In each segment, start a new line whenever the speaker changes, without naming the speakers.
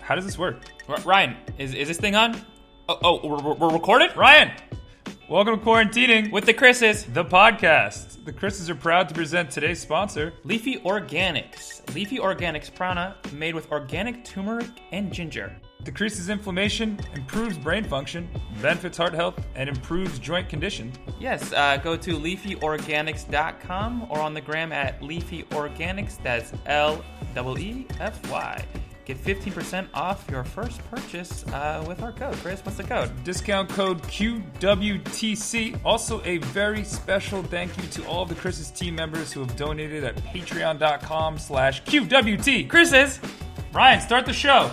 How does this work?
R- Ryan, is, is this thing on? Oh, oh we're, we're- we're recorded? Ryan,
Welcome to Quarantining with
with the Chris's,
the podcast. The Chris's are proud to present today's sponsor.
Leafy Organics. Leafy Organics Prana, made with organic turmeric and ginger.
Decreases inflammation, improves brain function, benefits heart health, and improves joint condition.
Yes, uh, go to leafyorganics.com or on the gram at leafyorganics. That's L E E F Y. Get 15% off your first purchase uh, with our code. Chris, what's the code?
Discount code QWTC. Also, a very special thank you to all of the Chris's team members who have donated at patreon.com slash QWT.
Chris's!
Ryan, start the show.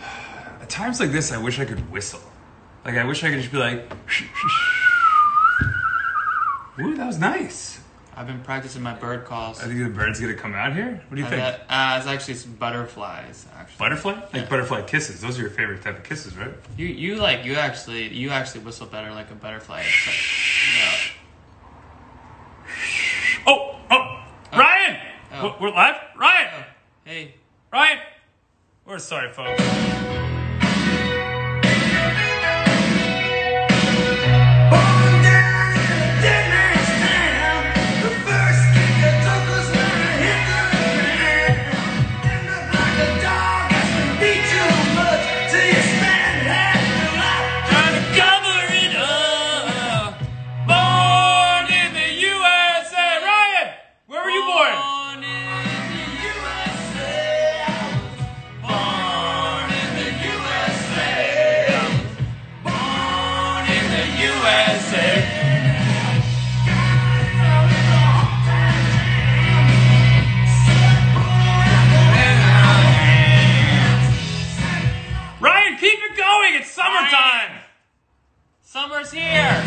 At times like this, I wish I could whistle. Like, I wish I could just be like, ooh, that was nice.
I've been practicing my bird calls.
I think the bird's gonna come out here. What do you
I
think?
bet- uh, it's actually some butterflies. Actually,
Butterfly? Like
Yeah.
butterfly kisses. Those are your favorite type of kisses, right?
you you like you actually you actually whistle better like a butterfly. It's like-
Oh, oh, Ryan!
Oh.
We're- We're live? Ryan!
no. Hey,
Ryan! We're sorry, folks. Born in the USA! Ryan! Where were you born? Ryan, keep it going! It's summertime!
summer's here.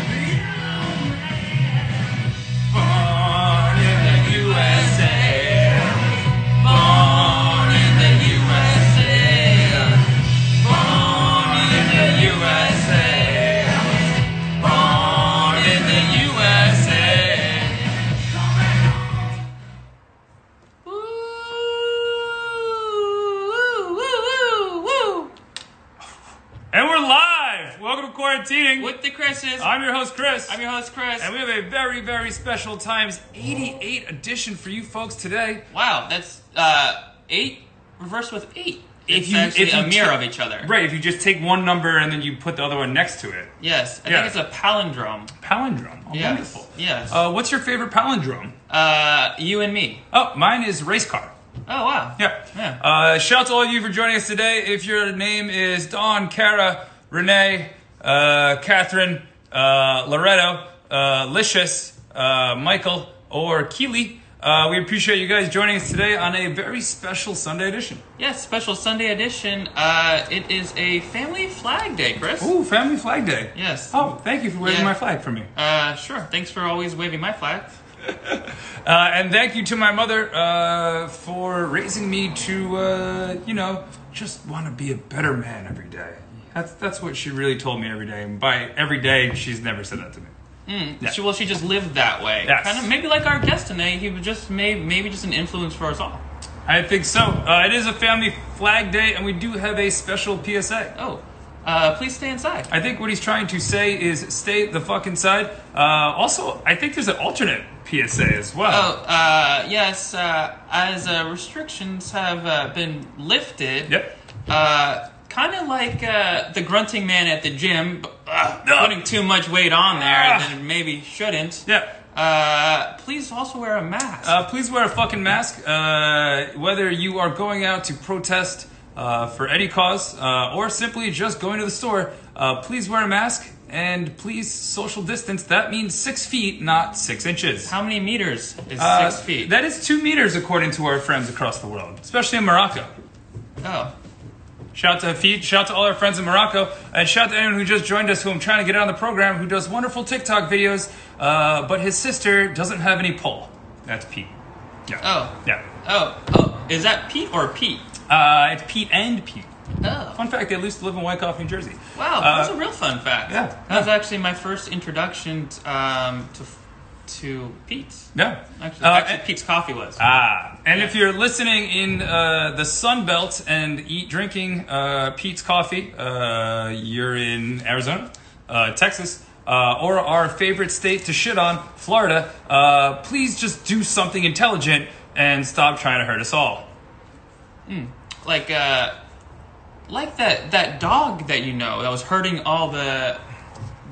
And we're live! Welcome to Quarantining.
With the Chris's,
I'm your host, Chris.
I'm your host Chris.
and we have a very, very special Times 88 edition for you folks today.
Wow, that's uh, eight reversed with eight.
If
it's
you-
actually
if you
a mirror
ta-
of each other.
Right, if you just take one number and then you put the other one next to it.
Yes, I
Yeah.
think it's a palindrome.
Palindrome. Oh,
Yes.
Wonderful.
Yes.
Uh, what's your favorite palindrome?
Uh, you and me.
Oh, mine is race car.
Oh wow.
Yeah.
Yeah.
Uh, shout out to all of you for joining us today. If your name is Dawn, Cara, Renee, uh, Catherine, uh, Loretto, uh, Licious, uh, Michael, or Keely, uh, we appreciate you guys joining us today on a very special Sunday edition.
Yes, special Sunday edition. Uh, it is a family flag day, Chris.
Ooh, Family Flag Day.
Yes.
Oh, thank you for waving
Yeah.
my flag for me.
Uh, sure. Thanks for always waving my flag.
Uh, and thank you to my mother uh, for raising me to, uh, you know, just want to be a better man every day. That's that's what she really told me every day. And by every day, she's never said that to me. Yeah.
She, well, she just lived that way.
Yes.
Kind of maybe like our guest today. He was just may, maybe just an influence for us all.
I think so. Uh, it is a family flag day, and we do have a special PSA.
Oh, uh, please stay inside.
I think what he's trying to say is stay the fuck inside. Uh, also, I think there's an alternate PSA as well.
Oh, uh, yes. Uh, as uh, restrictions have uh, been lifted.
Yep.
Uh, kind of like uh, the grunting man at the gym, b- uh,
No.
putting too much weight on there
Ah.
that it maybe shouldn't.
Yeah.
Uh, please also wear a mask.
Uh, please wear a fucking mask. Uh, whether you are going out to protest uh, for any cause uh, or simply just going to the store, uh, please wear a mask and please social distance. That means six feet, not six inches.
How many meters is
Uh,
six feet?
That is two meters, according to our friends across the world, especially in Morocco.
oh,
Shout out to Hafid, shout out to all our friends in Morocco, and shout out to anyone who just joined us who I'm trying to get on the program who does wonderful TikTok videos, uh, but his sister doesn't have any pole. That's Pete. Yeah.
Oh.
Yeah.
oh, oh! Is that Pete or Pete?
Uh, it's Pete and Pete.
Oh,
Fun fact, they used to live in Wyckoff, New Jersey.
wow!
Uh,
that's a real fun fact.
yeah,
that was actually my first introduction um, to f- to Pete.
Yeah.
Actually,
Uh,
actually Pete's coffee was.
Ah, and if you're listening in uh, the Sun Belt and eat drinking uh, Pete's coffee, uh, you're in Arizona, uh, Texas, uh, or our favorite state to shit on, Florida. Uh, please just do something intelligent and stop trying to hurt us all.
like uh like that that dog that you know that was hurting all the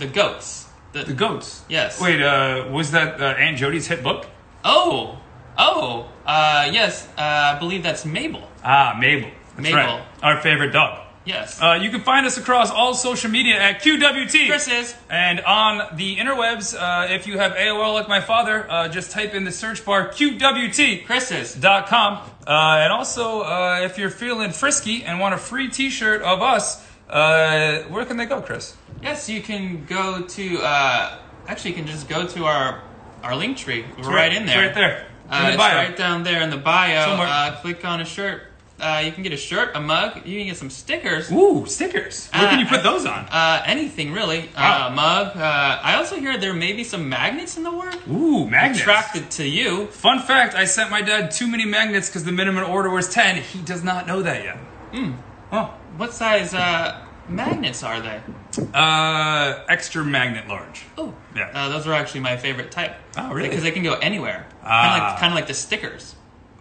the goats. The,
The goats.
Yes.
Wait, uh, was that uh, Aunt Jody's hit book?
Oh, oh, uh, yes, uh, I believe that's Mabel.
Ah, Mabel. That's
Mabel.
right. Our favorite dog.
Yes.
Uh, you can find us across all social media at QWT.
Chris is.
And on the interwebs, uh, if you have AOL like my father, uh, just type in the search bar QWT.
Chris is.
Com. Uh, and also, uh, if you're feeling frisky and want a free t shirt of us, uh, where can they go, Chris?
Yes, you can go to, uh, actually, you can just go to our, our link tree. We're right, in there.
Right there.
Uh,
in the
it's
bio.
right down there in the bio.
Somewhere.
Uh, click on a shirt. Uh, you can get a shirt, a mug. You can get some stickers.
Ooh, stickers. Where can
Uh,
you put
I-
those on?
Uh, anything really.
Wow.
Uh, a mug. Uh, I also hear there may be some magnets in the work.
Ooh, magnets.
Attracted to you.
Fun fact I sent my dad too many magnets because the minimum order was 10. He does not know that yet. Oh.
What size uh, magnets are they?
Uh, extra magnet large.
Oh,
Yeah.
Uh, those are actually my favorite type.
Oh, really?
Because they can go anywhere. Kind of
Ah.
like, kind of like the stickers.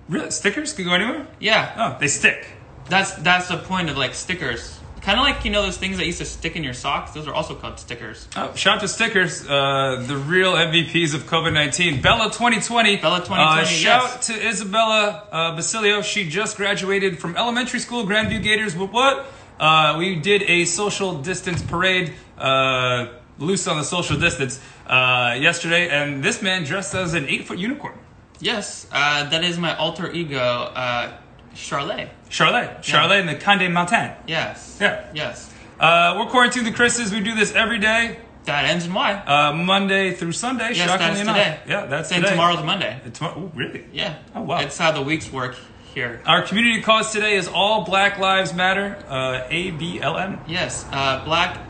Really? Stickers can go anywhere?
Yeah.
Oh, they stick.
That's that's the point of like stickers. Kind of like you know those things that used to stick in your socks. Those are also called stickers.
Oh, shout out to stickers, uh, the real MVPs of COVID 19. Bella 2020.
Bella 2020,
Uh, shout
yes.
to Isabella uh, Basilio. She just graduated from elementary school, Grandview Gators. What? what? Uh, we did a social distance parade, uh, loose on the social distance, uh, yesterday, and this man dressed as an eight foot unicorn.
Yes, uh, that is my alter ego, uh, Charlotte.
Charlotte. Charlotte in the Conde Mountain.
Yes.
Yeah.
Yes.
Uh, we're quarantined the Chris's. We do this every day.
That ends in Y.
Uh, Monday through Sunday.
Yes,
shockingly
that's
enough.
today.
Yeah, that's
Then
today.
tomorrow's Monday.
Uh, Tomorrow. Ooh, really?
Yeah.
Oh, wow.
It's how the weeks work here. Uh,
Our community cause today is all Black Lives Matter. Uh, ABLM.
Yes, uh, black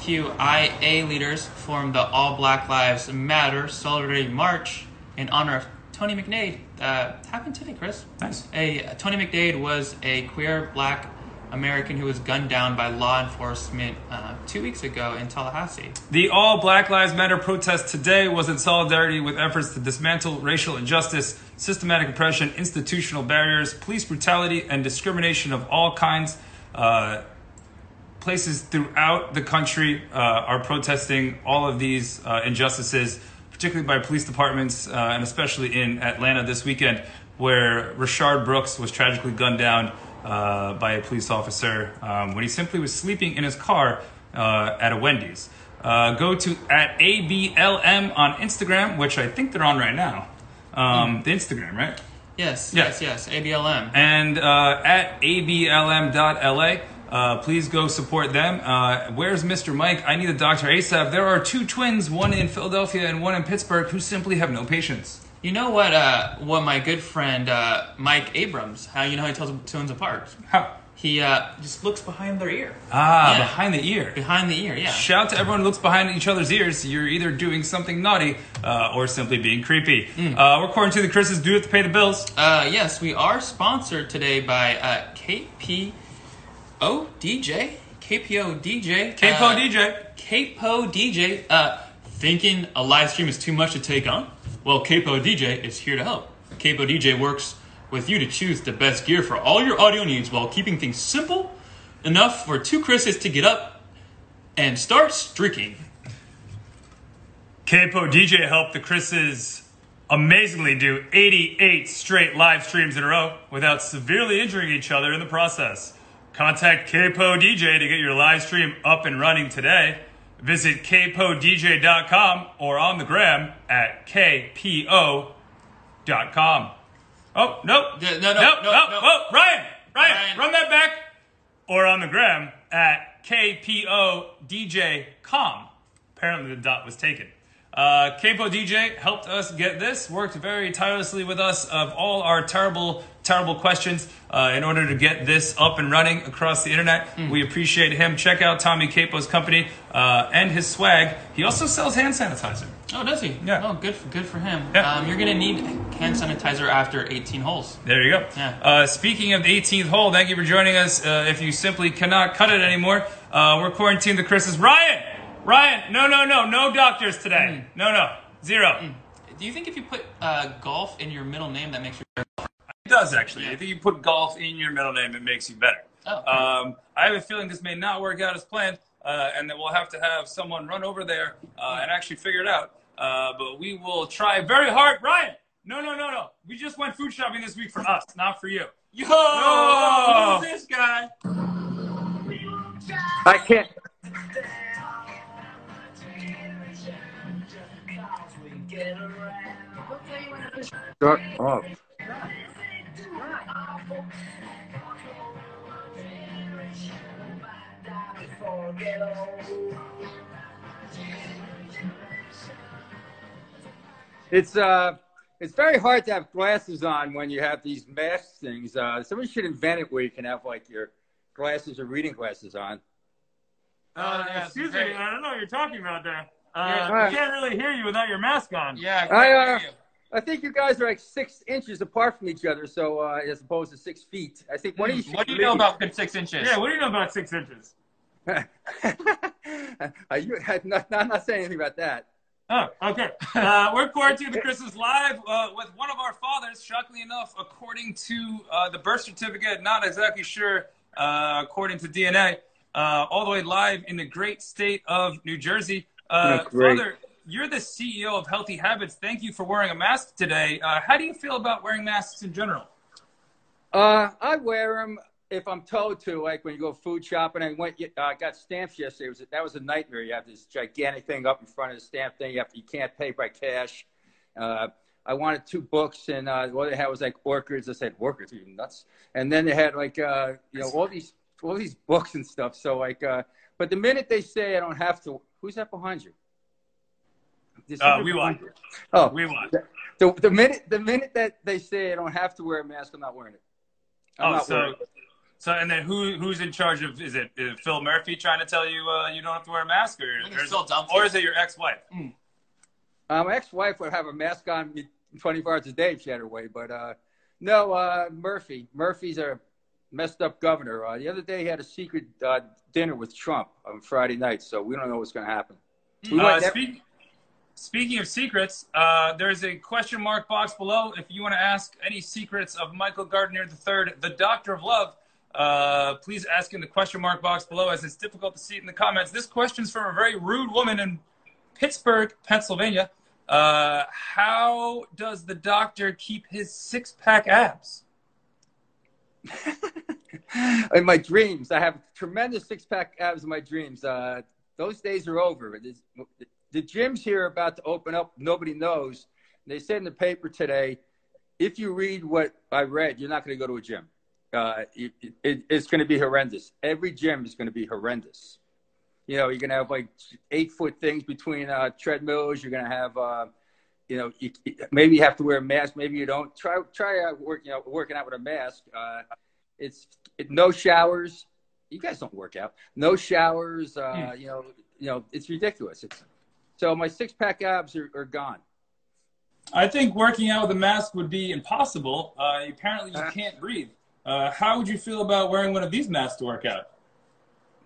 LGBTQIA leaders formed the All Black Lives Matter Solidarity March in honor of Tony McNaid. Uh, happened today, Chris.
Nice.
A Tony McDade was a queer black American who was gunned down by law enforcement uh, two weeks ago in Tallahassee.
The All Black Lives Matter protest today was in solidarity with efforts to dismantle racial injustice, systematic oppression, institutional barriers, police brutality, and discrimination of all kinds. Uh, places throughout the country uh, are protesting all of these uh, injustices, particularly by police departments, uh, and especially in Atlanta this weekend, where Rashard Brooks was tragically gunned down uh, by a police officer um, when he simply was sleeping in his car uh, at a Wendy's. Uh, go to at ABLM on Instagram, which I think they're on right now. Um, The Instagram, right?
Yes,
Yeah.
yes, yes, ABLM.
and uh, at ablm.la. Uh, please go support them. Uh, where's Mr. Mike? I need a doctor ASAP. There are two twins, one in Philadelphia and one in Pittsburgh, who simply have no patience.
You know what? Uh, what my good friend uh, Mike Abrams, how you know how he tells tunes apart?
How?
He uh, just looks behind their ear,
Ah,
Yeah.
behind the ear.
behind the ear. Yeah.
Shout out to everyone who looks behind each other's ears. You're either doing something naughty uh, or simply being creepy. Uh, we're according to the Chris's do it to pay the bills.
Uh, yes, we are sponsored today by uh, KPO DJ. KPO DJ.
Capo
uh,
DJ.
Capo DJ. Uh, thinking a live stream is too much to take on? Well, Capo DJ is here to help. Capo DJ works with you to choose the best gear for all your audio needs while keeping things simple enough for two Chris's to get up and start streaking.
Capo DJ helped the Chris's amazingly do 88 straight live streams in a row without severely injuring each other in the process. Contact Capo DJ to get your live stream up and running today. Visit capodj.com or on the gram at kpo.com. Oh, nope.
Yeah, no, no,
nope,
no,
oh,
no.
Oh, Ryan, Ryan,
Ryan.
run that back. Or on the gram at kpodj.com. Apparently the dot was taken. Uh, Capo DJ helped us get this, worked very tirelessly with us of all our terrible, terrible questions uh, in order to get this up and running across the internet. We appreciate him. Check out Tommy Capo's company uh, and his swag. He also sells hand sanitizer.
Oh, does he?
Yeah.
Oh, good for, good for him.
Yeah.
Um, you're going to need hand sanitizer after 18 holes.
There you go.
Yeah.
Uh, speaking of the 18th hole, thank you for joining us. Uh, if you simply cannot cut it anymore, uh, we're quarantined to Christmas. Ryan! Ryan! No, no, no. No doctors today. No, no. Zero.
Do you think if you put uh, golf in your middle name, that makes you
It does, actually.
Yeah.
If you put golf in your middle name, it makes you better.
Oh.
Um, I have a feeling this may not work out as planned, uh, and that we'll have to have someone run over there uh, and actually figure it out. Uh, but we will try very hard. Ryan! No, no, no, no. We just went food shopping this week for us, not for you.
Yo!
No!
Who's this guy?
I can't. Shut up. It's uh, it's very hard to have glasses on when you have these mask things. Uh, somebody should invent it where you can have like your glasses or reading glasses on.
Uh, yeah, excuse me, I
don't know what you're talking about there.
Uh,
we
can't really hear you without your mask on.
Yeah.
I, uh,
good for you.
I think you guys are like six inches apart from each other, so uh, as opposed to six feet. I think one of you. should
Hmm, what do you know
leave.
about good six inches?
what do you know about six inches?
Are Uh, you, I'm, not, I'm not saying anything about that.
Oh, okay. Uh, we're quarantined to Christmas live uh, with one of our fathers. Shockingly enough, according to uh, the birth certificate, not exactly sure, uh, according to DNA, uh, all the way live in the great state of New Jersey. Uh,
Oh, great.
Father, you're the CEO of Healthy Habits. Thank you for wearing a mask today. Uh, how do you feel about wearing masks in general?
Uh, I wear them if I'm told to, like when you go food shopping. I went, uh, I got stamps yesterday. It was that was a nightmare. You have this gigantic thing up in front of the stamp thing. You have you can't pay by cash. Uh, I wanted two books, and uh, what they had was like orchids. I said orchids, are you nuts? And then they had like uh, you know all these all these books and stuff. So like, uh, but the minute they say I don't have to, who's that behind you? This
Uh,
is-
we want.
Oh,
We want.
the, the minute the minute that they say I don't have to wear a mask, I'm not wearing it. I'm
Oh,
not wearing
so,
it.
so, and then who who's in charge of? Is it is Phil Murphy trying to tell you uh, you don't have to wear a mask, or
think
or
it's
is,
Phil Dunphy.
or is it your ex-wife?
Uh, my ex-wife would have a mask on me 24 hours a day if she had her way, but uh, no, uh, Murphy. Murphy's a messed up governor. Uh, the other day he had a secret uh, dinner with Trump on Friday night, so we don't know what's going to happen. We
Uh,
might-
speak, speaking of secrets, uh, there's a question mark box below if you want to ask any secrets of Michael Gardner III, the Doctor of Love. Uh, please ask in the question mark box below, as it's difficult to see it in the comments. This question's from a very rude woman in Pittsburgh, Pennsylvania. Uh, how does the doctor keep his six pack abs?
in my dreams, I have tremendous six-pack abs in my dreams. Uh, those days are over. It is- the gyms here are about to open up. Nobody knows. They said in the paper today, if you read what I read, you're not going to go to a gym. Uh, it, it, it's going to be horrendous. Every gym is going to be horrendous. You know, you're going to have like eight foot things between uh, treadmills. You're going to have, uh, you know, you, maybe you have to wear a mask. Maybe you don't. Try try out work, you know, working out with a mask. Uh, it's it, no showers. You guys don't work out. No showers. Uh, You know, you know, it's ridiculous. It's, so my six pack abs are, are gone.
I think working out with a mask would be impossible. Uh, apparently, you can't breathe. Uh, how would you feel about wearing one of these masks to work out?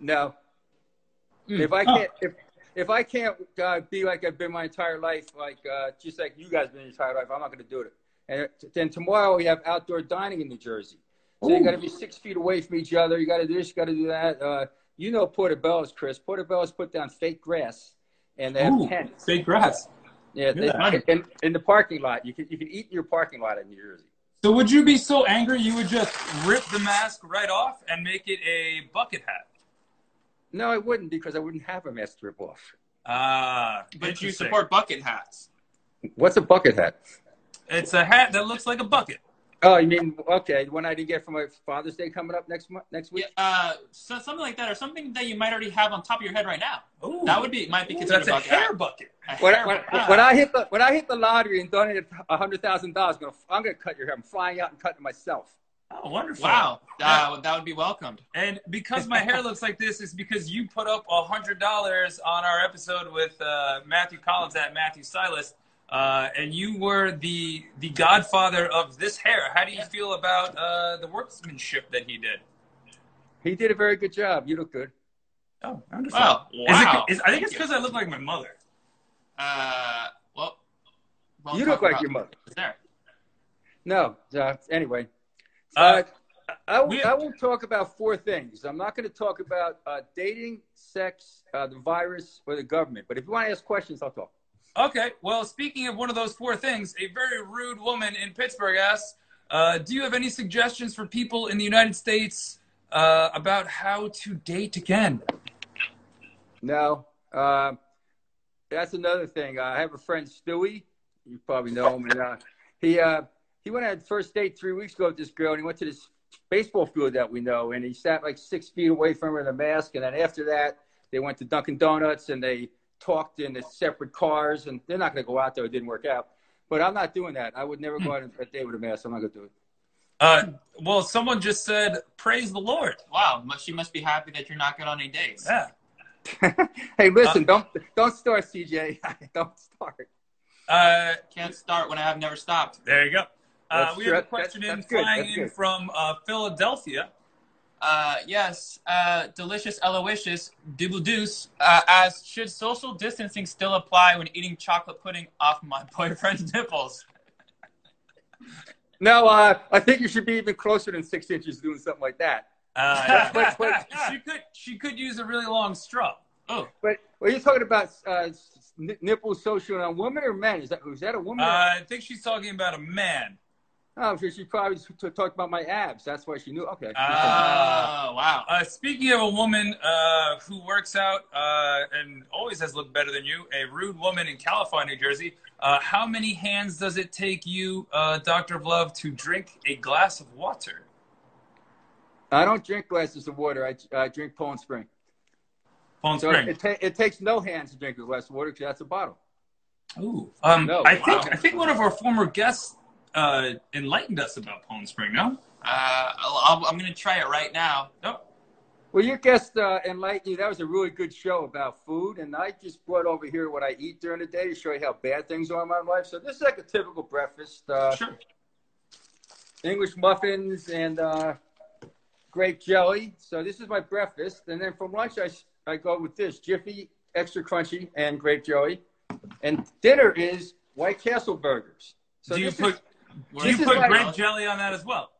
No. If I can't, if if I can't uh, be like I've been my entire life, like uh, just like you guys been your entire life, I'm not going to do it. And then tomorrow we have outdoor dining in New Jersey, so you got to be six feet away from each other. You got to do this, you got to do that. Uh, you know portobellos, Chris. Portobellos put down fake grass, and they have
Ooh,
tents.
fake grass.
Yeah, they,
Yeah.
in, in the parking lot. You can you can eat in your parking lot in New Jersey.
So would you be so angry you would just rip the mask right off and make it a bucket hat?
No, I wouldn't because I wouldn't have a mask to rip off.
Ah,
But you
interesting.
support bucket hats.
What's a bucket hat?
It's a hat that looks like a bucket.
Oh, you mean okay? The one I didn't get for my Father's Day coming up next month, next
Yeah,
week.
uh, so something like that, or something that you might already have on top of your head right now.
Ooh.
That would be might be
Ooh,
considered
that's
a
a
bucket
hair
hat.
bucket.
when, I- when, when I hit the when I hit the lottery and donated a hundred thousand dollars, I'm gonna I'm gonna cut your hair. I'm flying out and cutting myself.
Oh, wonderful.
Wow, uh, that would be welcomed.
And because my hair looks like this, it's because you put up $100 on our episode with uh, Matthew Collins at Matthew Silas. Uh, and you were the the godfather of this hair. How do you feel about uh, the workmanship that he did?
He did a very good job. You look good.
Oh, wonderful.
Wow,
Is it-
wow.
is- I think
Thank
it's
you.
because I look like my mother.
Uh, well, well,
you
talk
look like
about-
your mother.
There.
No. Uh, anyway,
Uh,
uh, I,
we-
I will talk about four things. I'm not going to talk about uh, dating, sex, uh, the virus, or the government. But if you want to ask questions, I'll talk.
Okay. Well, speaking of one of those four things, a very rude woman in Pittsburgh asks, uh, "Do you have any suggestions for people in the United States uh, about how to date again?"
No. Uh, that's another thing. I have a friend, Stewie. You probably know him. And, uh, he uh, he went on a first date three weeks ago with this girl, and he went to this baseball field that we know, and he sat like six feet away from her in a mask. And then after that, they went to Dunkin' Donuts and they talked in the separate cars. And they're not going to go out there. It didn't work out. But I'm not doing that. I would never go on a date with a mask. I'm not going to do it.
Uh, well, someone just said, "Praise the Lord."
Wow, must- she must be happy that you're not good on any dates.
Yeah.
Hey, listen, don't don't start, CJ. don't start.
Uh,
Can't start when I have never stopped.
there you go. Uh,
That's
we
true.
have a
That-
question
that-
in
that's good.
flying
That's
in
good.
from uh, Philadelphia.
Uh, yes, uh, delicious, Aloysius, double deuce. Uh, as should social distancing still apply when eating chocolate pudding off my boyfriend's nipples?
No, uh, I think you should be even closer than six inches doing something like that.
Uh,
Wait, wait.
she could she could use a really long straw.
Oh,
But are you talking about uh, s- n- nipple social on women or men? Is that is that a
Uh,
woman?
I think she's talking about a man.
oh, she, she probably t- t- talked about my abs. That's why she knew. Okay.
Ah.
Ah, wow.
Uh, speaking of a woman uh, who works out uh, and always has looked better than you, a rude woman in Calify, New Jersey, uh, how many hands does it take you, uh, Dr. Vlove, to drink a glass of water?
I don't drink glasses of water. I uh, drink Poland Spring.
Palm
So
Spring.
it, ta- it takes no hands to drink a glass of water because that's a bottle.
Ooh. Um,
No,
I, think,
wow.
I think one of our former guests uh, enlightened us about Palm Spring, no?
Uh, I'll, I'll- I'm gonna try it right now.
No.
Well, your guest uh, enlightened you. That was a really good show about food, and I just brought over here what I eat during the day to show you how bad things are in my life. So this is like a typical breakfast: uh,
Sure.
English muffins and uh, grape jelly. So this is my breakfast, and then for lunch I s- I go with this Jiffy extra crunchy and grape jelly, and dinner is White Castle burgers. So
do you
this
put,
is,
do you
this is
put
like-
grape jelly on that as well?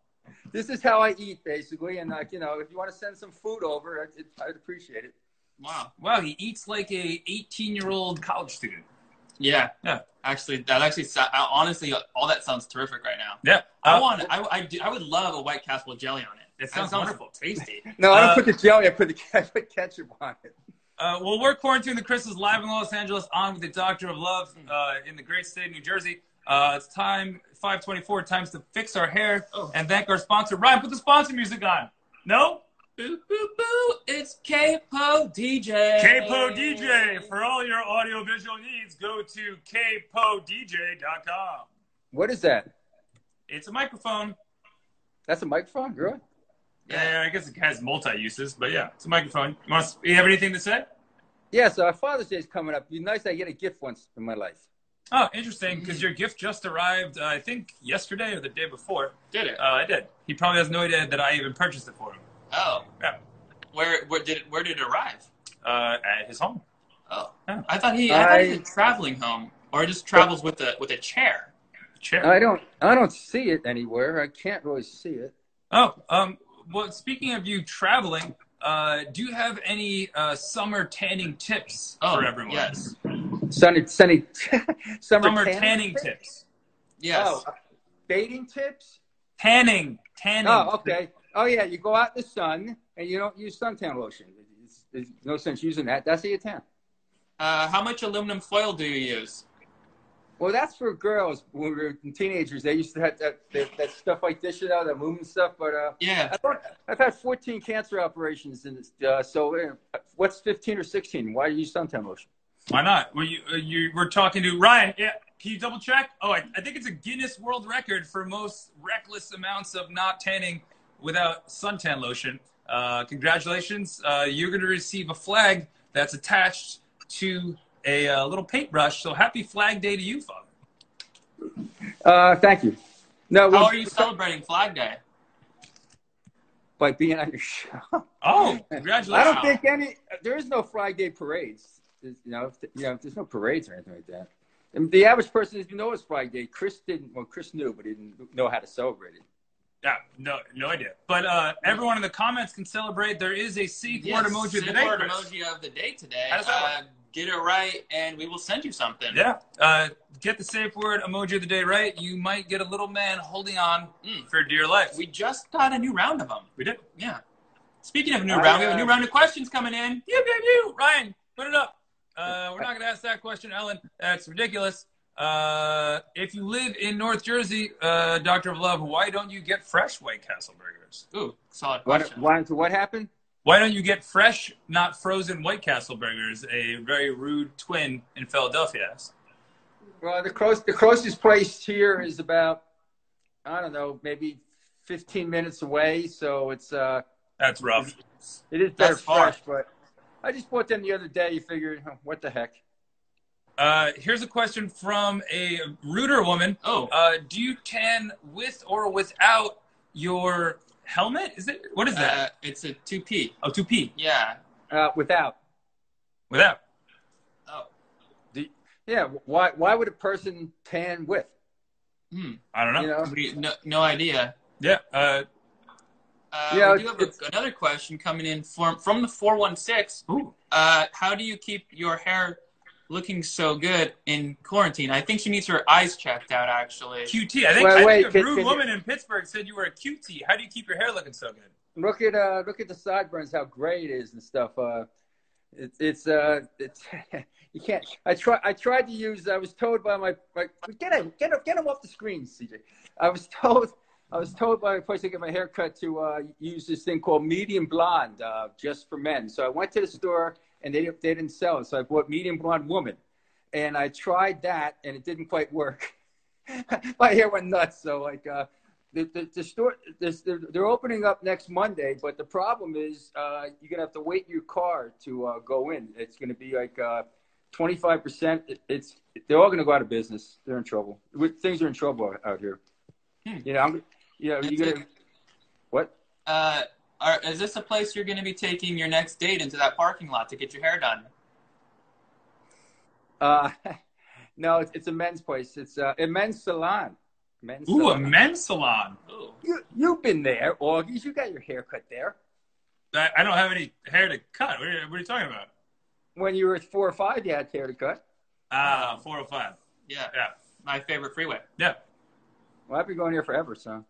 this is how I eat basically, and like you know, if you want to send some food over, I'd, I'd appreciate it.
Wow.
Wow, he eats like a 18-year-old college student.
Yeah.
Yeah.
Actually, that actually sou- I- honestly, all that sounds terrific right now.
Yeah.
I want. I, I, do, I would love a White Castle with jelly on it.
It
That
Uh, sounds wonderful.
Tasty.
No, I don't
Uh,
put the jelly. I put the I put ketchup on it.
Uh, well, we're quarantined. The Chris is live in Los Angeles on with the Doctor of Love uh, in the great state of New Jersey. Uh, it's time 524 times to fix our hair
Oh.
and thank our sponsor. Ryan, put the sponsor music on. No?
Boo boo boo! It's Capo DJ.
Capo DJ. For all your audiovisual needs, go to capodj.com.
What is that?
It's a microphone.
That's a microphone, really?
Yeah, I guess it has multi uses, but yeah, it's a microphone. You, want to, you have anything to say?
Yeah. So our Father's Day is coming up. It'd be nice I get a gift once in my life.
Oh, interesting, because your gift just arrived, uh, I think, yesterday or the day before.
Did it?
Uh, I did. He probably has no idea that I even purchased it for him.
oh.
Yeah.
Where where did it, where did it arrive?
uh, at his home.
Oh.
Yeah.
I thought he. I, thought he
I-
was traveling home, or just travels with a with a chair.
Chair.
I don't. I don't see it anywhere. I can't really see it.
oh, um, well, speaking of you traveling, uh, do you have any uh, summer tanning tips
Oh,
for everyone?
yes,
Sunny, sunny, summer,
Summer tanning tips.
yes.
Oh, dating tips.
Tanning. Tanning.
Oh, okay. Oh yeah, you go out in the sun and you don't use suntan lotion. It's, there's no sense using that. That's how you tan.
Uh, how much aluminum foil do you use?
Well, that's for girls. When we were teenagers, they used to have that, that, that stuff like this, you know, that movement stuff. But uh,
Yeah.
I thought, I've had 14 cancer operations, and uh, so uh, what's 15 or 16? Why do you use suntan lotion?
Why not? Were you, uh, you we're talking to Ryan. Yeah, can you double check? Oh, I, I think it's a Guinness World Record for most reckless amounts of not tanning without suntan lotion. Uh, congratulations, uh, you're going to receive a flag that's attached to a uh, little paintbrush. So happy Flag Day to you, Father.
Uh, thank you. No,
How
we'll,
are you celebrating Flag Day?
by being on your show.
Oh,
I
congratulations!
don't think any. There is no Friday parades. There's, you know, if- you know, there's no parades or anything like that. And the average person doesn't even know it's Friday. Chris didn't. Well, Chris knew, but he didn't know how to celebrate it.
Yeah, no, no idea. But uh, everyone in the comments can celebrate. There is a Sikh word emoji
sick
today.
word
Chris.
emoji of the day today.
How does that
Uh, get it right, and we will send you something.
Yeah. Uh, get the safe word emoji of the day right. You might get a little man holding on
Mm.
for dear life.
We just got a new round of them.
we did.
Yeah. Speaking of a new
I,
round, we have a
uh,
new round of questions coming in.
Pew, pew, pew. Ryan, put it up. Uh, we're not going to ask that question, Ellen. That's ridiculous. Uh, if you live in North Jersey, uh, Doctor of Love, why don't you get fresh White Castle burgers?
Ooh, solid
What?
question.
What, what happened?
Why don't you get fresh, not frozen White Castle burgers? A very rude twin in Philadelphia asked.
Well, the close, the closest place here is about, I don't know, maybe 15 minutes away. So it's uh,
That's rough.
it is better
That's far.
fresh. But I just bought them the other day. You figured, huh, what the heck?
Uh, here's a question from a ruder woman.
Oh,
Uh, do you tan with or without your helmet? Is it what is
uh,
that?
it's a 2P.
oh, two P
Yeah.
Uh, without.
without.
Oh,
Yeah. Why? Why would a person tan with?
hmm.
I don't know.
You know.
We- No, no idea.
Yeah. Uh,
Uh,
Yeah,
we do have a,
it's-
another question coming in from, from the 416.
ooh.
Uh, how do you keep your hair looking so good in quarantine? I think she needs her eyes checked out, actually.
QT. I think,
Wait,
I
wait,
think a
can-
rude
can you-
woman in Pittsburgh said you were a QT. How do you keep your hair looking so good?
look at uh look at the sideburns how gray it is and stuff uh it, it's uh it's you can't i try i tried to use i was told by my, my get him get him get him off the screen cj i was told i was told by a place to get my hair cut to uh use this thing called medium blonde uh just for men so i went to the store and they didn't they didn't sell it so i bought medium blonde woman and i tried that and it didn't quite work my hair went nuts so like uh the, the, the store this, they're, they're opening up next Monday, but the problem is uh, you're gonna have to wait in your car to uh, go in. It's gonna be like twenty five percent. It's they're all gonna go out of business. They're in trouble. We- Things are in trouble out here.
Hmm.
You know, I'm, you know, you
That's
gonna what?
Uh, are, is this a place you're going to be taking your next date into that parking lot to get your hair done?
Uh, no, it's, it's a men's place. It's uh, a men's salon. Men's
Ooh, a
salon.
men's salon.
Ooh.
you you've been there, Augies. You got your hair cut there
I, I don't have any hair to cut. What are, you- what are you talking about?
when you were four or five. You had hair to cut.
Ah, 405.
Yeah,
Yeah.
my favorite freeway.
Yeah.
Well, I've been going here forever, so.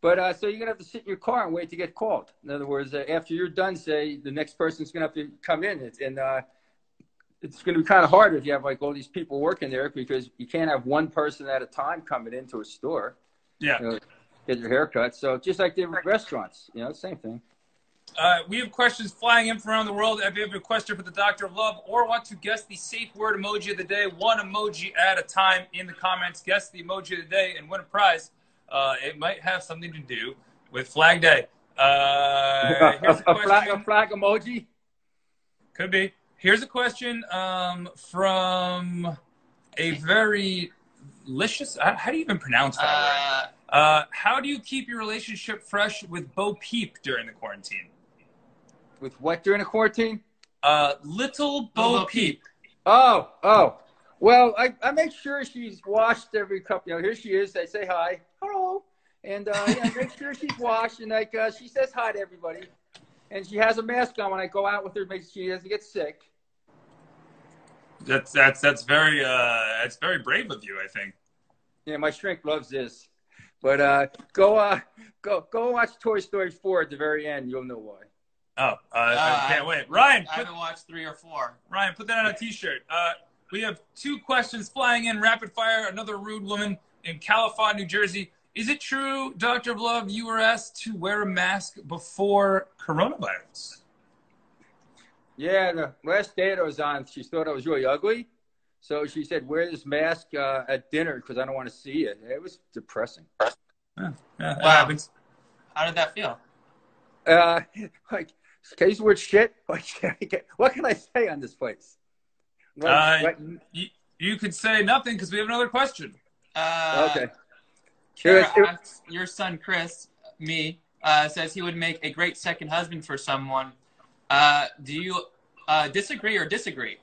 But uh, so you're gonna have to sit in your car and wait to get called. In other words, uh, after you're done, say the next person's gonna have to come in, it's, and uh, it's gonna be kind of hard if you have like all these people working there because you can't have one person at a time coming into a store
Yeah.
you know, get your hair cut. So just like the restaurants, you know, same thing.
Uh, we have questions flying in from around the world. If you have a question for the Doctor of Love or want to guess the safe word emoji of the day, one emoji at a time in the comments, guess the emoji of the day and win a prize. Uh, it might have something to do with Flag Day. Uh,
a,
here's a
a flag,
question.
a flag emoji.
Could be. Here's a question um, from a very licious. How how do you even pronounce that word?
Uh,
Uh, how do you keep your relationship fresh with Bo Peep during the quarantine?
With what during the quarantine?
Uh, little Bo,
Little Bo
Peep.
Oh, oh. Well, I, I make sure she's washed every couple. You know, here she is. I say hi, hello, and uh, yeah, make sure she's washed. And like uh, she says hi to everybody, and she has a mask on when I go out with her, to make sure she doesn't get sick.
That's that's that's very uh, that's very brave of you, I think.
Yeah, my shrink loves this. But uh, go, uh, go, go watch Toy Story four at the very end. You'll know why.
Oh, uh, I
Uh,
can't wait, Ryan.
I
Put,
haven't watched three or four.
Ryan, put that on a T-shirt. Uh, we have two questions flying in rapid fire. Another rude woman in Califon, New Jersey. Is it true, Doctor of Love, you were asked to wear a mask before coronavirus?
Yeah, the last day that I was on, she thought I was really ugly. So she said, wear this mask uh, at dinner because I don't want to see it. It was depressing.
Yeah, that
Wow.
happens.
How did that feel?
Uh, like, can I use the word shit? Like, what can I say on this place? Like-
Uh,
like-
You, you could say nothing because we have another question.
Uh,
okay.
Kara
It was- it-
asks,
uh,
your son Chris, me, uh, says he would make a great second husband for someone. Uh, do you uh, disagree or disagree?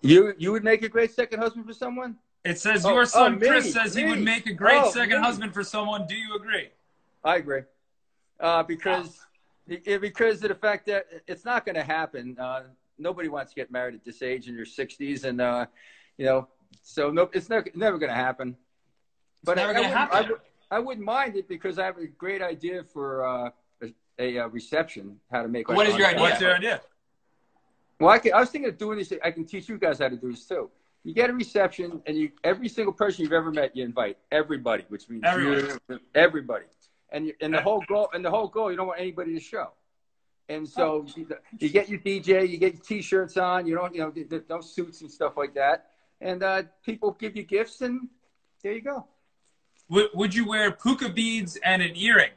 you you would make a great second husband for someone?
It says
Oh,
your son
oh, me,
Chris says he
me.
would make a great
Oh,
second
me.
husband for someone. Do you agree?
I agree, uh, because it- because of the fact that it's not going to happen. Uh, nobody wants to get married at this age in your sixties, and uh, you know, so no, it's never never going to happen. But
never
I- I
gonna
wouldn't-
happen.
I, would, I wouldn't mind it because I have a great idea for uh, a, a uh, reception. How to make
What is your idea?
What's your idea?
Well, I, can, I was thinking of doing this. I can teach you guys how to do this too. You get a reception, and you every single person you've ever met, you invite everybody, which means
Everyone.
you, everybody, and you, and the whole goal and the whole goal, you don't want anybody to show. And
Oh.
so you, you get your DJ, you get your T-shirts on, you don't you know th- th- no suits and stuff like that, and uh, people give you gifts, and there you go.
Would, would you wear puka beads and an earring?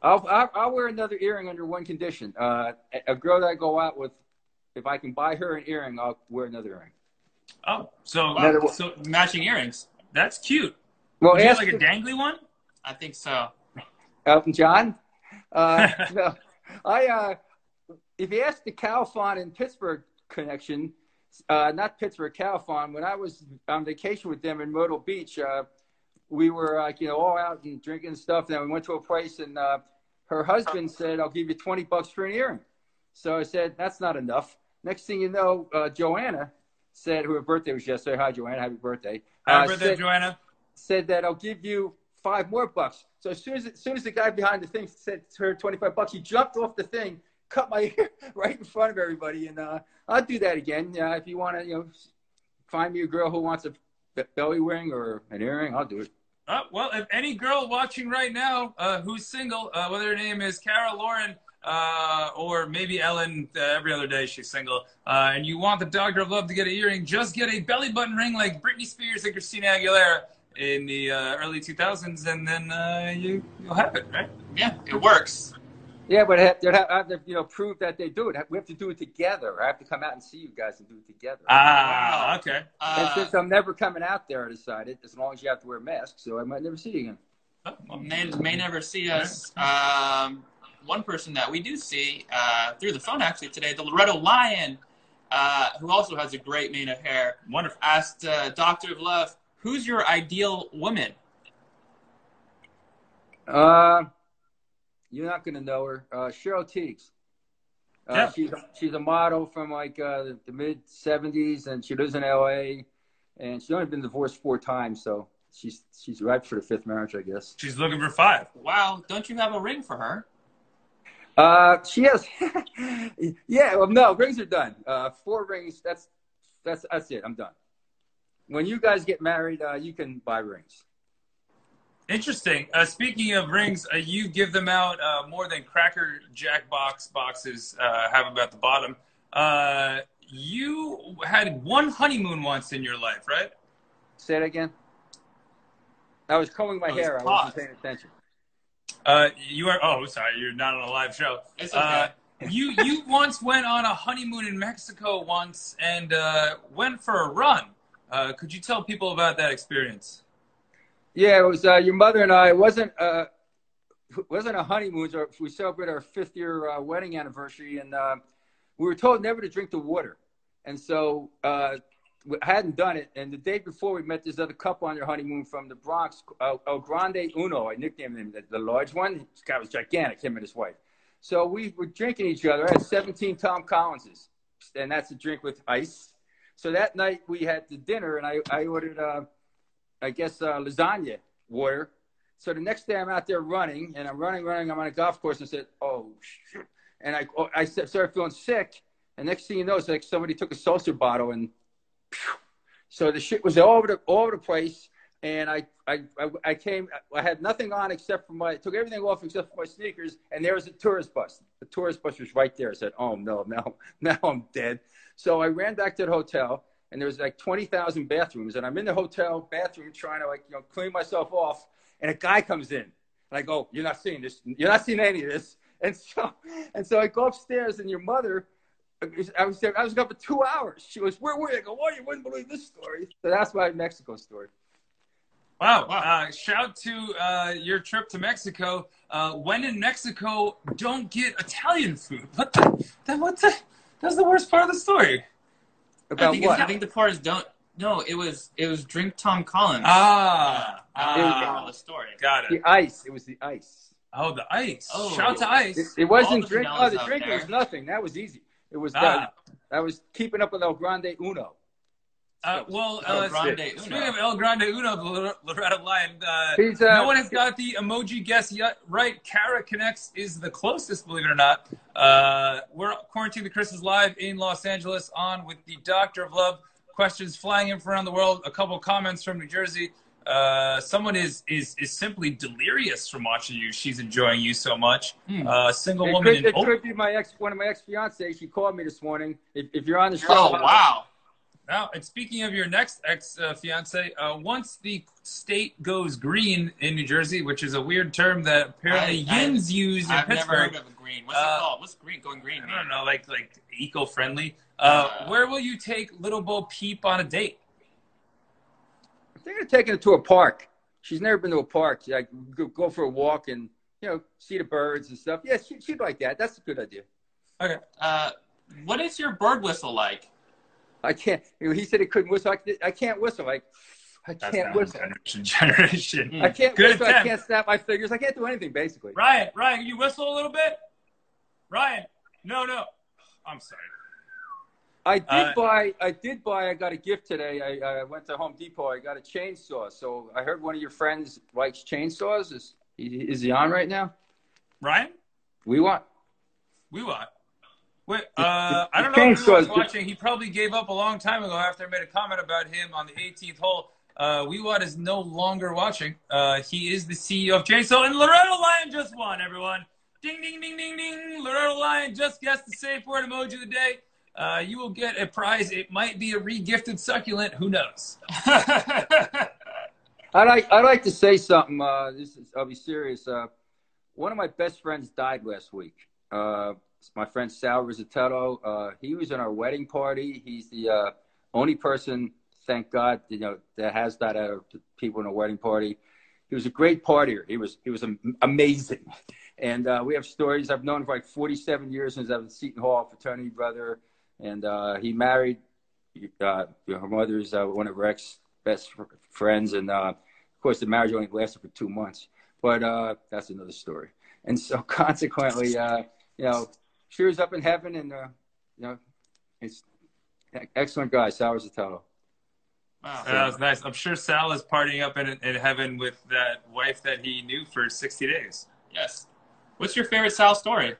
I'll, I'll, I'll wear another earring under one condition. Uh, a- a girl that I go out with, if I can buy her an earring, I'll wear another earring.
Oh, so
Another one.
so
Matching earrings.
that's cute.
Well,
Would you have
ask
like a
her-
dangly one?
I think so.
Elton John. Uh, no, I. Uh, if you ask the Calfon and Pittsburgh connection, uh, not Pittsburgh Calfon. When I was on vacation with them in Myrtle Beach, uh, we were like you know all out and drinking and stuff. And then we went to a place, and uh, her husband said, "I'll give you twenty bucks for an earring." So I said, "That's not enough." Next thing you know, uh, Joanna said, who her birthday was yesterday. Hi, Joanna. Happy birthday.
Happy
Uh,
birthday,
said-
Joanna.
said that I'll give you five more bucks. So as soon as, as soon as the guy behind the thing said to her twenty five bucks, he jumped off the thing, cut my ear right in front of everybody, and uh, I'll do that again. Uh, if you want to, you know, find me a girl who wants a be- belly ring or an earring, I'll do it.
Uh, well, if any girl watching right now uh, who's single, uh, whether her name is Kara, Lauren, uh, or maybe Ellen, uh, every other day she's single, uh, and you want the Doctor of Love to get an earring, just get a belly button ring like Britney Spears and Christina Aguilera in the uh, early 2000s, and then uh, you, you'll have it, right?
Yeah, it works.
Yeah, but I have, to, I have to, you know, prove that they do it. We have to do it together. I have to come out and see you guys and do it together.
Ah,
Wow.
okay.
and
Uh,
since I'm never coming out there, I decided as long as you have to wear a mask, so I might never see you again.
Oh, well,
may, may never see us. Um, one person that we do see uh, through the phone actually today, the Loretto Lion, uh, who also has a great mane of hair,
Wonderful.
asked uh, Doctor of Love, "Who's your ideal woman?"
Uh, you're not gonna know her. Uh, Cheryl Teagues. Uh,
Yeah.
She's she's a model from like uh, the, the mid '70s, and she lives in LA. And she's only been divorced four times, so she's she's ripe for the fifth marriage, I guess.
She's looking for five.
Wow, don't you have a ring for her?
Uh, she has, yeah. Well, no, rings are done. Uh, four rings. That's that's that's it. I'm done. When you guys get married, uh, you can buy rings.
Interesting. Uh, speaking of rings, uh, you give them out uh, more than Cracker Jack box boxes uh, have about the bottom. Uh, you had one honeymoon once in your life, right?
Say it again. I was combing my
Oh, it's
hair. I
paused.
wasn't paying attention.
Uh, you are. Oh, sorry, you're not on a live show.
It's okay.
Uh, you you once went on a honeymoon in Mexico once and uh, went for a run. Uh, could you tell people about that experience?
Yeah, it was uh, your mother and I. It wasn't uh, it wasn't a honeymoon. Or we celebrated our fifth year uh, wedding anniversary, and uh, we were told never to drink the water. And so uh, we hadn't done it. And the day before, we met this other couple on their honeymoon from the Bronx, uh, El Grande Uno. I nicknamed him the, the large one. This guy was gigantic. Him and his wife. So we were drinking each other. I had 17 Tom Collinses, and that's a drink with ice. So that night we had the dinner, and I, I ordered. Uh, I guess uh, lasagna water. So the next day I'm out there running and I'm running, running. I'm on a golf course and I said, "Oh shit!" And I oh, I st- started feeling sick. And next thing you know, it's like somebody took a seltzer bottle and. Phew. So the shit was all over the all over the place. and I, I, I, I came, I had nothing on except for my, took everything off except for my sneakers, and there was a tourist bus. The tourist bus was right there. I said, oh no, now, now I'm dead. So I ran back to the hotel, and there was like 20,000 bathrooms, and I'm in the hotel bathroom trying to like, you know, clean myself off, and a guy comes in, and I go, you're not seeing this, you're not seeing any of this. And so, and so I go upstairs, and your mother, I was there, I was gone for two hours. She was, where were you? I go, oh, you wouldn't believe this story. So that's my Mexico story.
Wow. Uh, shout to uh, your trip to Mexico. Uh, when in Mexico, don't get Italian food. What the? That, what the? That's the worst part of the story.
I
About
think,
what?
I think the part is don't. No, it was it was drink Tom Collins.
Ah.
I don't remember
ah
the story.
got
the
it.
ice. It was the ice.
Oh, the ice.
Oh.
shout to
It,
ice.
it wasn't
the
drink. Oh,
finales
the
out
drinking
there.
was nothing. That was easy. It was
Ah.
that. That was keeping up with El Grande Uno.
Uh, well,
El
uh,
Grande
speak-
Uno.
speaking of El Grande Uno, the Lor- Loretta Lion, uh,
He's, uh,
no one has got the emoji guess yet right. Kara Connects is the closest, believe it or not. Uh, we're quarantined the Chris is live in Los Angeles on with the Doctor of Love. Questions flying in from around the world. A couple comments from New Jersey. Uh, someone is, is is simply delirious from watching you. She's enjoying you so much. Uh, single
It
woman
could,
in
it
Oak-
could be my ex, one of my ex fiancees. She called me this morning. If, if you're on the show, uh,
Oh wow!
Now, and speaking of your next ex uh, fiance, uh, once the state goes green in New Jersey, which is a weird term that apparently
I- I-
yins use in
I've never
Pittsburgh.
heard of a green. What's
Uh,
it called? What's green? Going green.
I
Man.
don't know, like like eco friendly. Uh,
Uh,
where will you take Little Bo Peep on a date?
they're gonna take her to a park. She's never been to a park. She, Like go, go for a walk and you know see the birds and stuff. Yeah, she, she'd like that. That's a good idea.
Uh, what is your bird whistle like?
I can't. You know, he said he couldn't whistle. I, c- I can't whistle. Like I
That's
can't
not
whistle.
generation generation.
Mm.
I can't
Good
whistle. I
attempt.
can't snap my fingers. I can't do anything basically.
Ryan, Ryan, can you whistle a little bit? Ryan, no, no. I'm sorry.
I did
Uh,
buy. I did buy. I got a gift today. I, I went to Home Depot. I got a chainsaw. So I heard one of your friends likes chainsaws. Is he- is he on right now?
Ryan,
We want.
we want. Wait, uh, I don't
the
know if
chainsaw
anyone's
is-
watching. He probably gave up a long time ago after I made a comment about him on the 18th hole. Uh, Wewat is no longer watching. Uh, he is the CEO of Chainsaw, and Loretta Lyon just won, everyone. Ding, ding, ding, ding, ding. Loretta Lyon just guessed the safe word emoji of the day. Uh, you will get a prize. It might be a regifted succulent. Who knows?
I like. I like to say something. Uh, this is. I'll be serious. Uh, one of my best friends died last week. Uh, it's my friend Sal Rizzatello. Uh, he was in our wedding party. He's the uh, only person, thank God, you know, that has that out of the people in a wedding party. He was a great partier. He was he was am- amazing, and uh, we have stories. I've known him for like 47 years since I was at Seton Hall fraternity brother, and uh, he married uh, her mother's uh, one of her ex best fr- friends, and uh, of course the marriage only lasted for two months but uh, that's another story. And so, consequently, uh, you know, she was up in heaven, and uh, you know, it's excellent guy, Sal Rizzatello.
Wow.
That was nice. I'm sure Sal is partying up in, in heaven with that wife that he knew for 60 days.
yes. What's your favorite Sal story?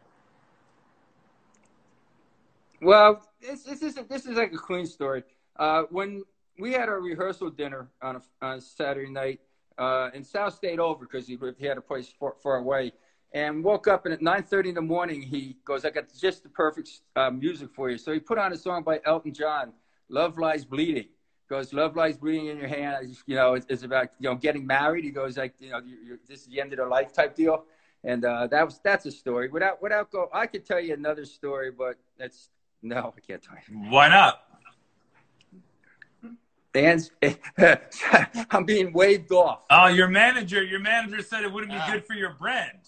Well, this this is this is like a clean story. Uh, when we had our rehearsal dinner on a, on a Saturday night, uh, and Sal stayed over because he, lived- he had a place far, far away, and woke up and at nine thirty in the morning he goes, "I got just the perfect uh, music for you." So he put on a song by Elton John, "Love Lies Bleeding." Goes, "Love Lies Bleeding in Your Hand." I just- You know, it's, it's about you know getting married. He goes like, you know, you you this is the end of the life type deal. And uh, that was that's a story. Without without go, I could tell you another story, but that's no, I can't tell you.
Why not?
Dan's, I'm being waved off.
Oh, your manager, your manager said it wouldn't be
Ah.
good for your brand.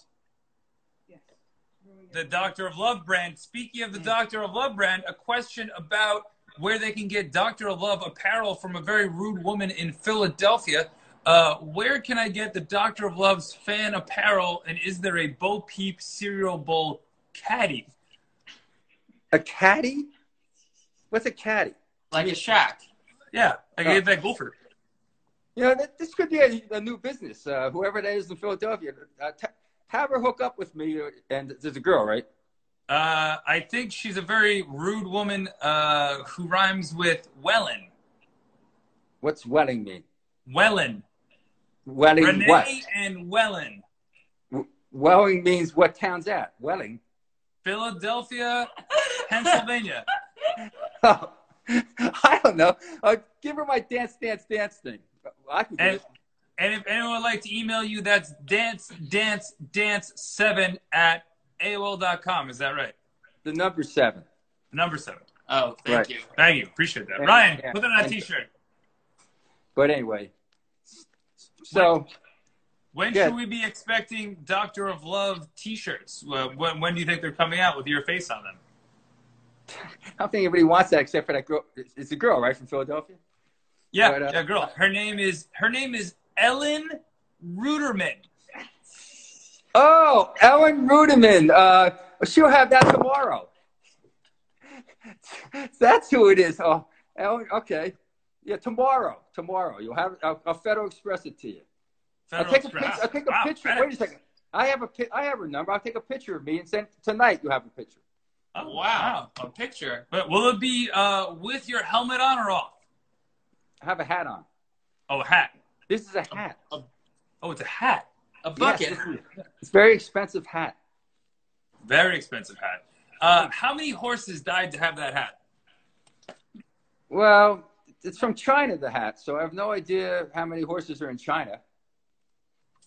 Yes.
The Doctor of Love brand. Speaking of the Doctor of Love brand, a question about where they can get Doctor of Love apparel from a very rude woman in Philadelphia. Uh, where can I get the Doctor of Love's fan apparel? And is there a Bo Peep cereal bowl caddy?
A caddy? What's a caddy?
Like a shack.
Yeah, I gave that Goldford.
You know, that, this could be a, a new business. Uh, whoever that is in Philadelphia, uh, t- have her hook up with me. uh, And there's a girl, right?
Uh, I think she's a very rude woman uh, who rhymes with Wellen.
What's wedding mean?
Wellen.
Welling
Renee
what?
and Wellen.
Welling means what town's that? Welling.
Philadelphia, Pennsylvania.
Oh, I don't know. Uh, give her my dance, dance, dance thing. I can
And,
give
and if anyone would like to email you, that's dance, dance, dance seven at AOL.com. Is that right?
the number seven.
Number seven.
Oh, thank
Right.
you.
Thank you. Appreciate that.
Thank-
Ryan,
yeah,
put that on a
thank you.
t-shirt.
But anyway, so
When
Yeah.
should we be expecting Doctor of Love t-shirts? Uh, When, when do you think they're coming out with your face on them?
I don't think anybody wants that except for that girl. It's- It's a girl, right, from Philadelphia?
Yeah,
Right, uh,
yeah, girl. Her name is her name is Ellen Ruderman.
Oh, Ellen Ruderman. Uh, she'll have that tomorrow. That's who it is. Oh, Ellen. Okay. Yeah, tomorrow. Tomorrow, you'll have. I'll, I'll Federal Express it to you. I'll
Federal
take a
Express.
picture. I'll take a
Wow,
picture.
FedEx.
Wait a second. I have a. pi- I have her number. I'll take a picture of me and send tonight. You have a picture.
Oh,
wow. A picture.
But will it be uh, with your helmet on or off?
I have a hat on.
Oh, a hat.
This is a hat.
Oh, it's a hat.
A
Yes,
bucket.
this is- it's a very expensive hat.
Very expensive hat. Uh, how many horses died to have that hat?
Well, it's from China. The hat. So I have no idea how many horses are in China.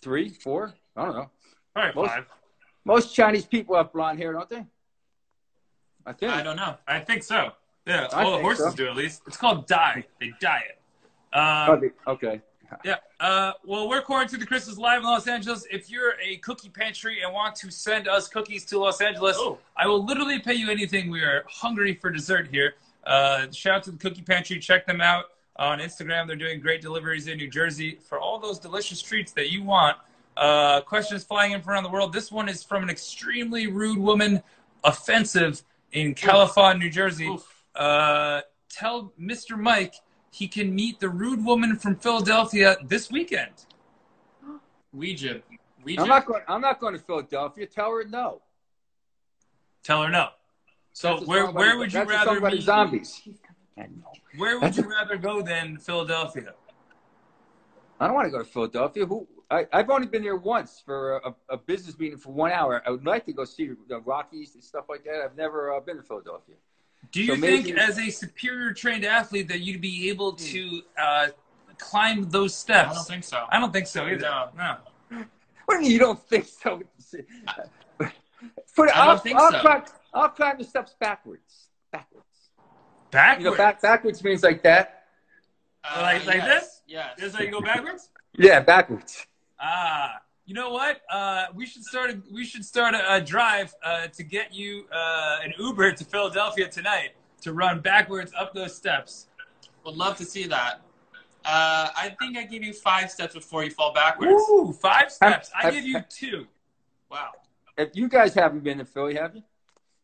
Three, four. I don't know.
Probably
Most-
five.
Most Chinese people have blonde hair, don't they? I think.
I don't know.
I think so. Yeah,
I
all the
think
horses
so.
do at least. It's called dye. They dye it. Um,
Probably- okay.
Yeah. Uh, well, we're quarantined to Christmas live in Los Angeles. If you're a cookie pantry and want to send us cookies to Los Angeles,
Oh.
I will literally pay you anything. We are hungry for dessert here. Uh, shout out to the cookie pantry. Check them out on Instagram. They're doing great deliveries in New Jersey for all those delicious treats that you want. Uh, questions flying in from around the world. This one is from an extremely rude woman, offensive in Califon, New Jersey.
Oof.
Uh, tell Mr. Mike he can meet the rude woman from Philadelphia this weekend.
Ouija. Ouija.
I'm not going. I'm not going to Philadelphia. Tell her no.
Tell her no. So
That's a
where
song
where
about-
would you
that's a
rather
song about
meet,
zombies?
where would you rather go than Philadelphia?
I don't want to go to Philadelphia. Who? I, I've only been there once for a, a business meeting for one hour. I would like to go see the Rockies and stuff like that. I've never uh, been to Philadelphia.
Do you
So
think,
maybe- Hmm.
as a superior trained athlete, that you'd be able to uh, climb those steps?
I don't think so.
I don't think so either.
No.
What do you mean you don't think so? For,
I
I'll,
don't think
I'll
so.
Climb, I'll climb the steps backwards. Backwards. You
Backwards.
know, back backwards means like that.
Uh,
Like- like
yes,
this?
Yes.
Is that you go backwards?
Yeah, backwards.
Ah, you know what? Uh, we should start. A, we should start a, a drive uh, to get you uh, an Uber to Philadelphia tonight to run backwards up those steps.
Would love to see that. Uh, I think I give you five steps before you fall backwards.
Ooh, five steps. I
I've-
give you two.
Wow.
If you guys haven't been to Philly, have you?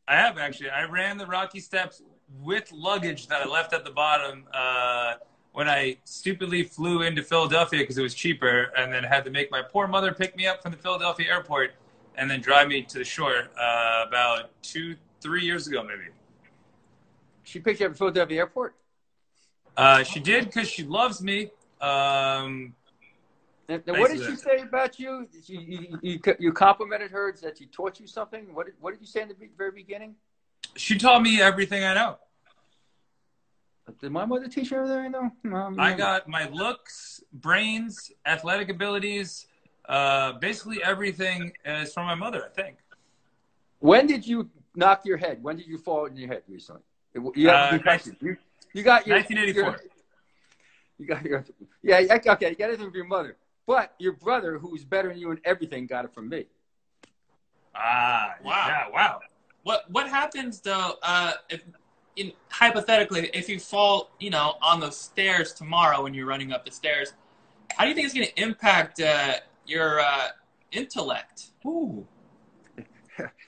I have actually. I ran the Rocky Steps with luggage that I left at the bottom uh, when I stupidly flew into Philadelphia because it was cheaper, and then had to make my poor mother pick me up from the Philadelphia airport and then drive me to the shore uh, about two, three years ago, maybe.
She picked you up at Philadelphia Airport.
Uh, she did because she loves me. Um,
Now, now, what did
Basically.
she say about you? Did You, you, you, you complimented her that she taught you something. What did, what did you say in the be- very beginning?
she taught me everything I know.
Did my mother teach her everything? No, no,
I
no.
got my looks, brains, athletic abilities, uh, basically everything is from my mother, I think.
When did you knock your head? When did you fall in your head recently? It- You, have
Uh,
to be patient. you, you got your
1984.
your- you got your yeah. yeah, Okay, you got it from your mother, but your brother, who's better than you in everything, got it from me.
Ah,
Wow.
yeah, wow.
What What happens though? Uh, if in, hypothetically, if you fall, you know, on the stairs tomorrow when you're running up the stairs, how do you think it's going to impact uh, your uh, intellect?
Ooh.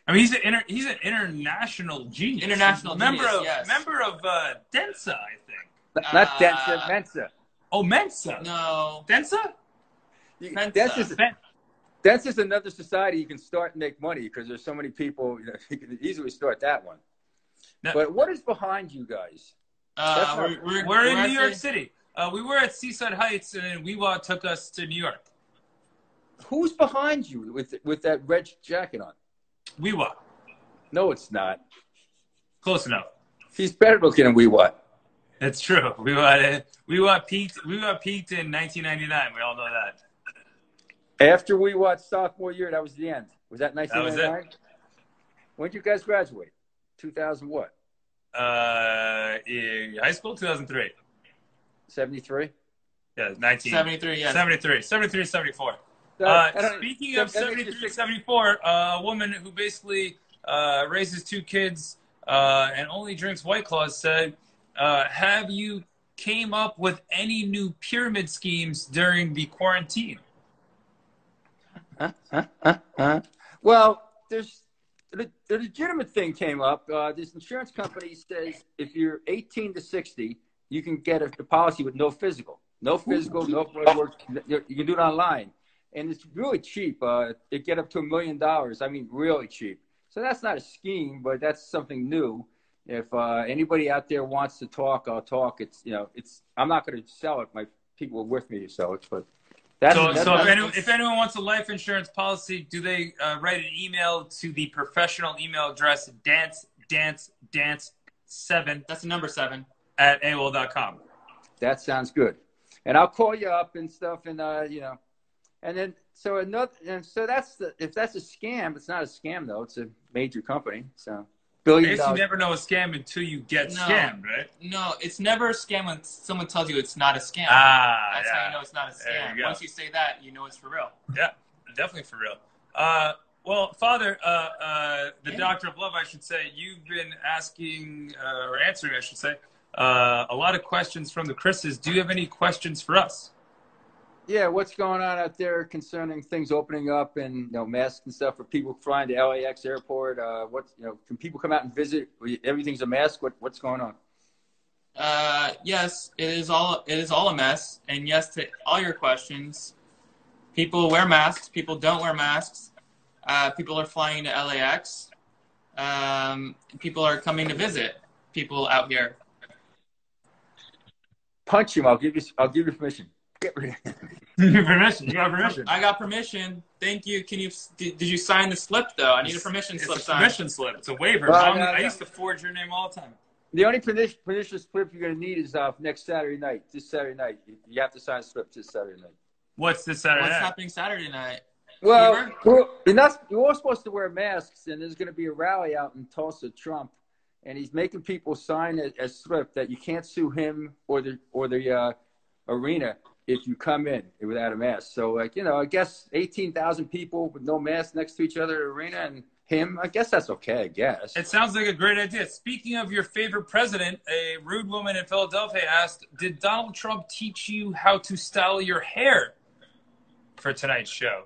I mean, he's an inter- he's an international genius,
International
member
genius,
of
yes.
member of uh, Densa, I think.
N- Not
Uh,
Densa, Mensa.
Oh, Mensa,
No.
Densa.
You-
Mensa.
Densa's,
Ben-
Densa's another society you can start and make money because there's so many people. You, know, you can easily start that one.
No.
But what is behind you guys?
Uh,
That's
we're,
not-
we're,
We're in New
actually-
York City. Uh, we were at Seaside Heights, and then Weewa took us to New York.
who's behind you with with that red jacket on?
We what?
No, it's not.
Close enough.
He's better looking than we what?
That's true. We got we got peaked. We got peaked in 1999. We all know that.
After we watched sophomore year, that was the end. Was that
That was it.
1999? When did you guys graduate? 2000 what?
Uh, in high school, 2003.
73?
Yeah, 19.
73, yeah.
73, 73, 74.
That- I
Uh,
don't-
speaking
that-
of
that makes you
73,
six-
74, uh, a woman who basically uh, raises two kids uh, and only drinks White Claws said, uh, have you came up with any new pyramid schemes during the quarantine?
Well, there's the, the legitimate thing came up. Uh, this insurance company says if you're 18 to 60, you can get a, the policy with no physical, no physical, no blood work. You you can do it online, and it's really cheap. Uh, it get up to a million dollars. I mean, really cheap. So that's not a scheme, but that's something new. If uh, anybody out there wants to talk, I'll talk. It's you know, it's I'm not going to sell it. My people are with me to sell it, but that's
So,
that's
so if,
not-
anyone, if anyone wants a life insurance policy, do they uh, write an email to the professional email address dance dance dance seven
That's the number seven.
at AOL.com?
That sounds good. And I'll call you up and stuff, and uh, you know, and then so another, and so that's the if that's a scam, it's not a scam though. It's a major company, so
I
billion
guess you
dollars.
never know a scam until you get
No.
scammed, right?
No, it's never a scam when someone tells you it's not a scam.
Ah,
That's
yeah.
how you know it's not a
There
scam.
you go.
Once you say that, you know it's for real.
definitely for real. Uh, well, Father, uh, uh, the
Yeah.
Doctor of Love, I should say, you've been asking uh, or answering, I should say, uh, a lot of questions from the Chris's. Do you have any questions for us?
Yeah, what's going on out there concerning things opening up and you know masks and stuff for people flying to LAX airport? Uh, what you know, can people come out and visit? Everything's a mask. What what's going on?
Uh, yes, it is all it is all a mess. And yes to all your questions. People wear masks. People don't wear masks. Uh, people are flying to LAX. Um, people are coming to visit people out here.
Punch him. I'll give you. I'll give you permission. Get rid of
Your permission. You got permission.
I got permission. Thank you. Can you did, did you sign the slip though? I need a permission
It's
slip
a
signed.
permission slip. It's a waiver.
Well,
Mom,
no,
I
no.
used to forge your name all the time.
The only pernicious, pernicious slip you're going to need is uh, next Saturday night. This Saturday night, you, you have to sign a slip this Saturday night.
What's this uh, Saturday?
What's
night?
happening Saturday night?
Well,
Fever?
we're, you're not. You're all supposed to wear masks, and there's going to be a rally out in Tulsa. Trump, and he's making people sign a, a slip that you can't sue him or the or the uh, arena if you come in without a mask. So, like you know, I guess eighteen thousand people with no mask next to each other at the arena and him. I guess that's okay. I guess.
It sounds like a great idea. Speaking of your favorite president, a rude woman in Philadelphia asked, "Did Donald Trump teach you how to style your hair for tonight's show?"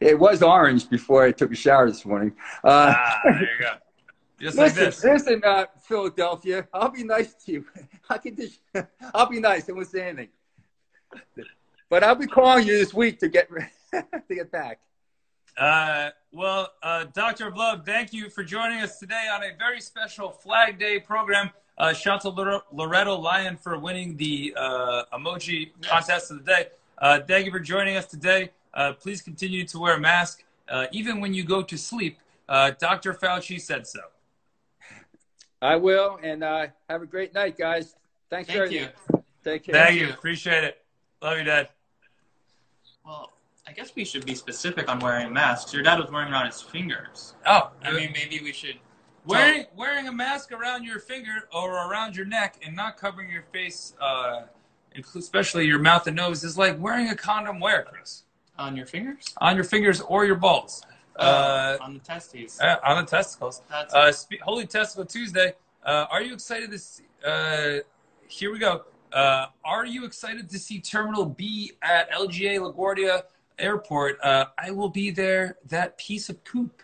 It was orange before I took a shower this morning. Uh,
Ah, there you go. Just like
Listen,
this.
listen, uh, Philadelphia. I'll be nice to you. I can just, I'll be nice. I won't say anything. But I'll be calling you this week to get to get back.
Uh, well, uh, Doctor of Love, thank you for joining us today on a very special Flag Day program. Uh, shout to Lore- Loretto Lyon for winning the uh, emoji contest of the day. Uh, thank you for joining us today. Uh, please continue to wear a mask, uh, even when you go to sleep. Uh, Dr. Fauci said so.
I will, and uh, have a great night, guys. Thanks
Thank
for
you.
everything. Take care.
Thank you. Appreciate it. Love you, Dad.
Well, I guess we should be specific on wearing masks. Your dad was wearing around his fingers.
Oh,
I mean, maybe we should.
Wearing wearing a mask around your finger or around your neck and not covering your face, uh, inclu- especially your mouth and nose, is like wearing a condom where, Chris?
on your fingers?
On your fingers or your balls. Uh,
Oh, on the testes.
uh, on the testicles.
That's
Uh, spe- Holy Testicle Tuesday. Uh, are you excited to see? Uh, here we go. Uh, are you excited to see Terminal B at LGA LaGuardia Airport? Uh, I will be there. That piece of poop.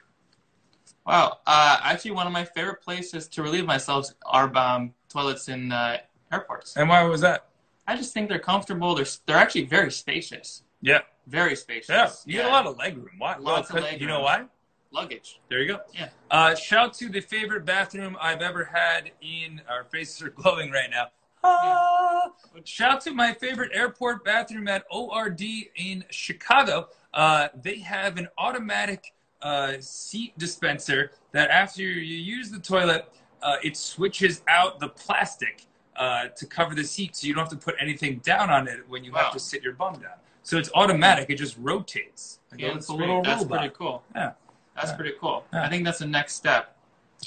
wow. Uh, actually, one of my favorite places to relieve myself are um, toilets in uh, airports.
And why was that?
I just think they're comfortable. They're they're actually very spacious.
Yeah.
Very spacious.
Yeah, you get a lot of leg room. Why?
Lots of
well, 'cause-
leg
You know
room.
why?
luggage.
There you go.
Yeah.
Uh, shout to the favorite bathroom I've ever had in. Our faces are glowing right now.
Yeah.
Shout to my favorite airport bathroom at ORD in Chicago. Uh, they have an automatic uh, seat dispenser that after you use the toilet, uh, it switches out the plastic uh, to cover the seat so you don't have to put anything down on it when you
Wow.
have to sit your bum down. So it's automatic, it just rotates. Like
Yeah,
it's
that's
a
pretty-
little
that's
robot.
pretty cool.
Yeah.
That's
Yeah.
pretty cool.
Yeah.
I think that's the next step.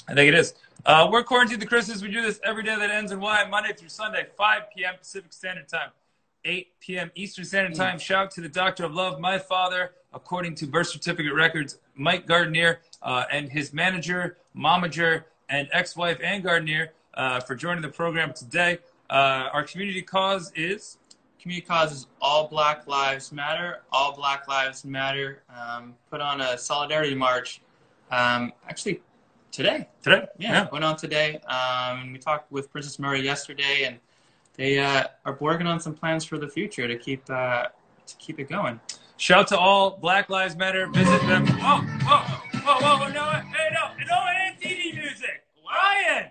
I think it is. Uh, we're quarantined to Christmas. We do this every day that ends in Y, Monday through Sunday, 5 p.m. Pacific Standard Time, 8 p.m. Eastern Standard Time. Shout out to the Doctor of Love, my father, according to birth certificate records, Mike Gardner, uh, and his manager, momager, and ex wife, Ann Gardner, uh, for joining the program today. Uh, our community cause is
Community causes all Black Lives Matter. All Black Lives Matter. Um, put on a solidarity march. Um, actually, today.
today.
Yeah, went on today. Um, we talked with Princess Murray yesterday, and they uh, are working on some plans for the future to keep uh, to keep it going.
Shout out to all Black Lives Matter. Visit them. Oh, Whoa, whoa, whoa, whoa, oh, no, hey, no, no NTD music. Ryan!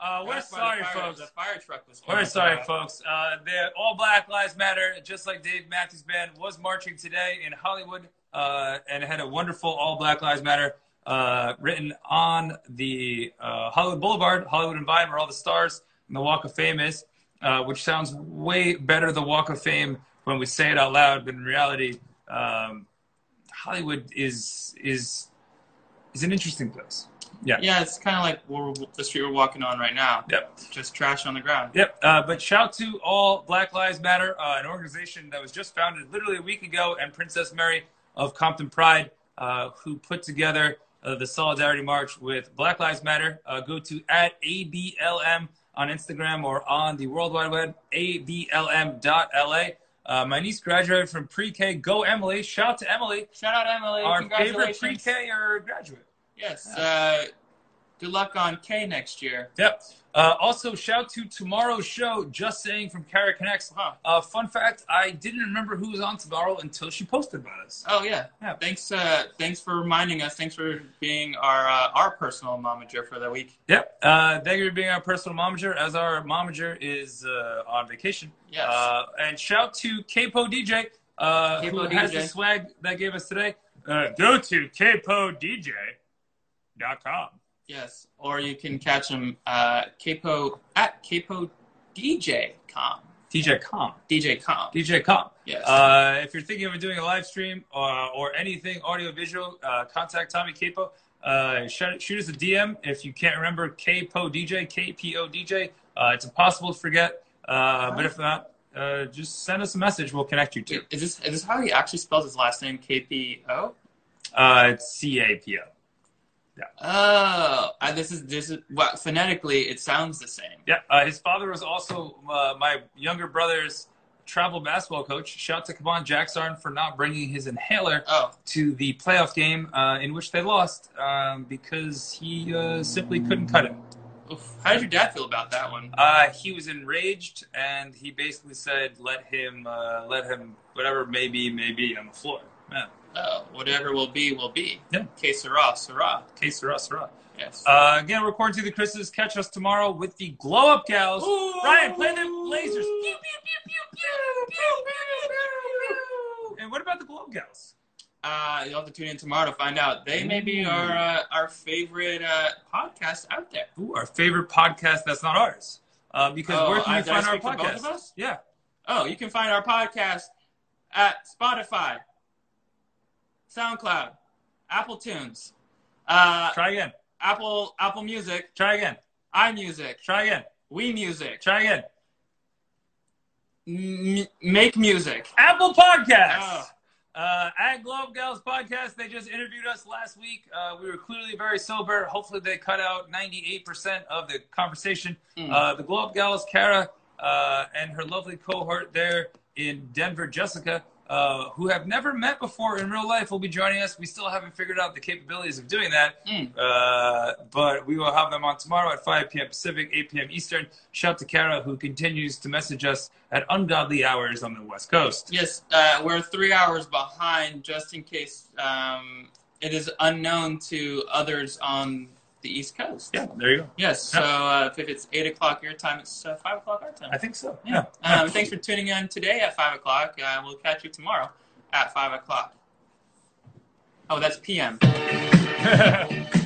Uh,
Back
we're
by the
sorry,
fire-
folks.
The fire truck was.
We're sorry,
Uh,
folks. Uh, the All Black Lives Matter, just like Dave Matthews Band, was marching today in Hollywood uh, and had a wonderful All Black Lives Matter uh, written on the uh, Hollywood Boulevard, Hollywood and Vine, where all the stars and the Walk of Fame is, uh, which sounds way better, the Walk of Fame, when we say it out loud. But in reality, um, Hollywood is is is an interesting place.
Yeah, it's kind of like we're, the street we're walking on right now.
Yep.
Just trash on the ground.
Yep. Uh, but shout to all Black Lives Matter, uh, an organization that was just founded literally a week ago, and Princess Mary of Compton Pride, uh, who put together uh, the Solidarity March with Black Lives Matter. Uh, go to at ABLM on Instagram or on the World Wide Web, ABLM.LA. Uh, my niece graduated from pre K. Go, Emily. Shout to Emily,
Shout out Emily.
our favorite
Congratulations.
pre K or graduate.
Yes. Uh, good luck on K next year.
Yep. Uh, also, shout to tomorrow's show, Just Saying from Kara Connects.
Huh.
Uh, fun fact: I didn't remember who was on tomorrow until she posted about us.
Oh yeah.
Yeah.
Thanks. Uh, thanks for reminding us. Thanks for being our uh, our personal momager for the week.
Yep. Uh, thank you for being our personal momager, as our momager is uh, on vacation.
Yes.
Uh, and shout to Capo DJ, uh, who
Capo
has
DJ.
the swag that gave us today. Uh, go to capodj.com.
yes. Or you can catch him uh, capo at capo DJ com
DJ com.
DJ com.
DJ com.
Yes.
Uh, if you're thinking of doing a live stream uh, or anything audio visual, uh, contact Tommy Capo. Uh, shoot, shoot us a DM if you can't remember Kpo DJ, Kpo DJ. Uh, it's impossible to forget, uh, but if not, uh, just send us a message. We'll connect you to.
Wait, is this is this how he actually spells his last name? K P O.
Uh, it's C A P O.
Oh, uh, this is this is well, phonetically it sounds the same.
Yeah, uh, his father was also uh, my younger brother's travel basketball coach. Shout to Kaban Jacksarn for not bringing his inhaler
Oh,
to the playoff game uh, in which they lost um, because he uh, simply couldn't cut it.
oof. how did your dad feel about that one?
Uh, he was enraged, and he basically said, "Let him, uh, let him, whatever may be, may be on the floor." Man,
Uh, whatever will be, will be.
Yeah.
Que sera, sera.
que sera, sera.
Yes.
Uh, again, we're quarantined to the Chris's. Catch us tomorrow with the Glow Up Gals. Ryan, play them lasers. Pew, pew, pew, pew, pew, pew, pew, pew, pew. And what about the Glow Up Gals?
Uh, you'll have to tune in tomorrow to find out. They may be our uh, our favorite uh, podcast out there.
Ooh, our favorite podcast that's not ours. Uh, because
Oh,
where can
I-
you
did I
find our
speak to both of
podcast?
us?
Yeah.
Oh, you can find our podcast at Spotify, SoundCloud, Apple Tunes, uh,
Try again.
Apple Apple Music,
Try again.
iMusic,
Try again.
We Music,
Try again.
M- Make Music.
Apple Podcasts.
Oh.
Uh, at Globe Gals Podcast, they just interviewed us last week. Uh, we were clearly very sober. Hopefully, they cut out 98% of the conversation.
Mm.
Uh, the Globe Gals, Kara, uh, and her lovely cohort there in Denver, Jessica, uh, who have never met before in real life, will be joining us. We still haven't figured out the capabilities of doing that.
Mm.
Uh, but we will have them on tomorrow at 5 p.m. Pacific, 8 p.m. Eastern. Shout to Kara, who continues to message us at ungodly hours on the West Coast.
Yes, uh, we're three hours behind, just in case um, it is unknown to others on the East Coast.
Yeah, there you go.
Yes. So uh, if it's eight o'clock your time, it's uh, five o'clock our time.
I think so.
Yeah. Um, thanks for tuning in today at five o'clock. Uh, we'll catch you tomorrow at five o'clock. Oh, that's PM.
Yeah.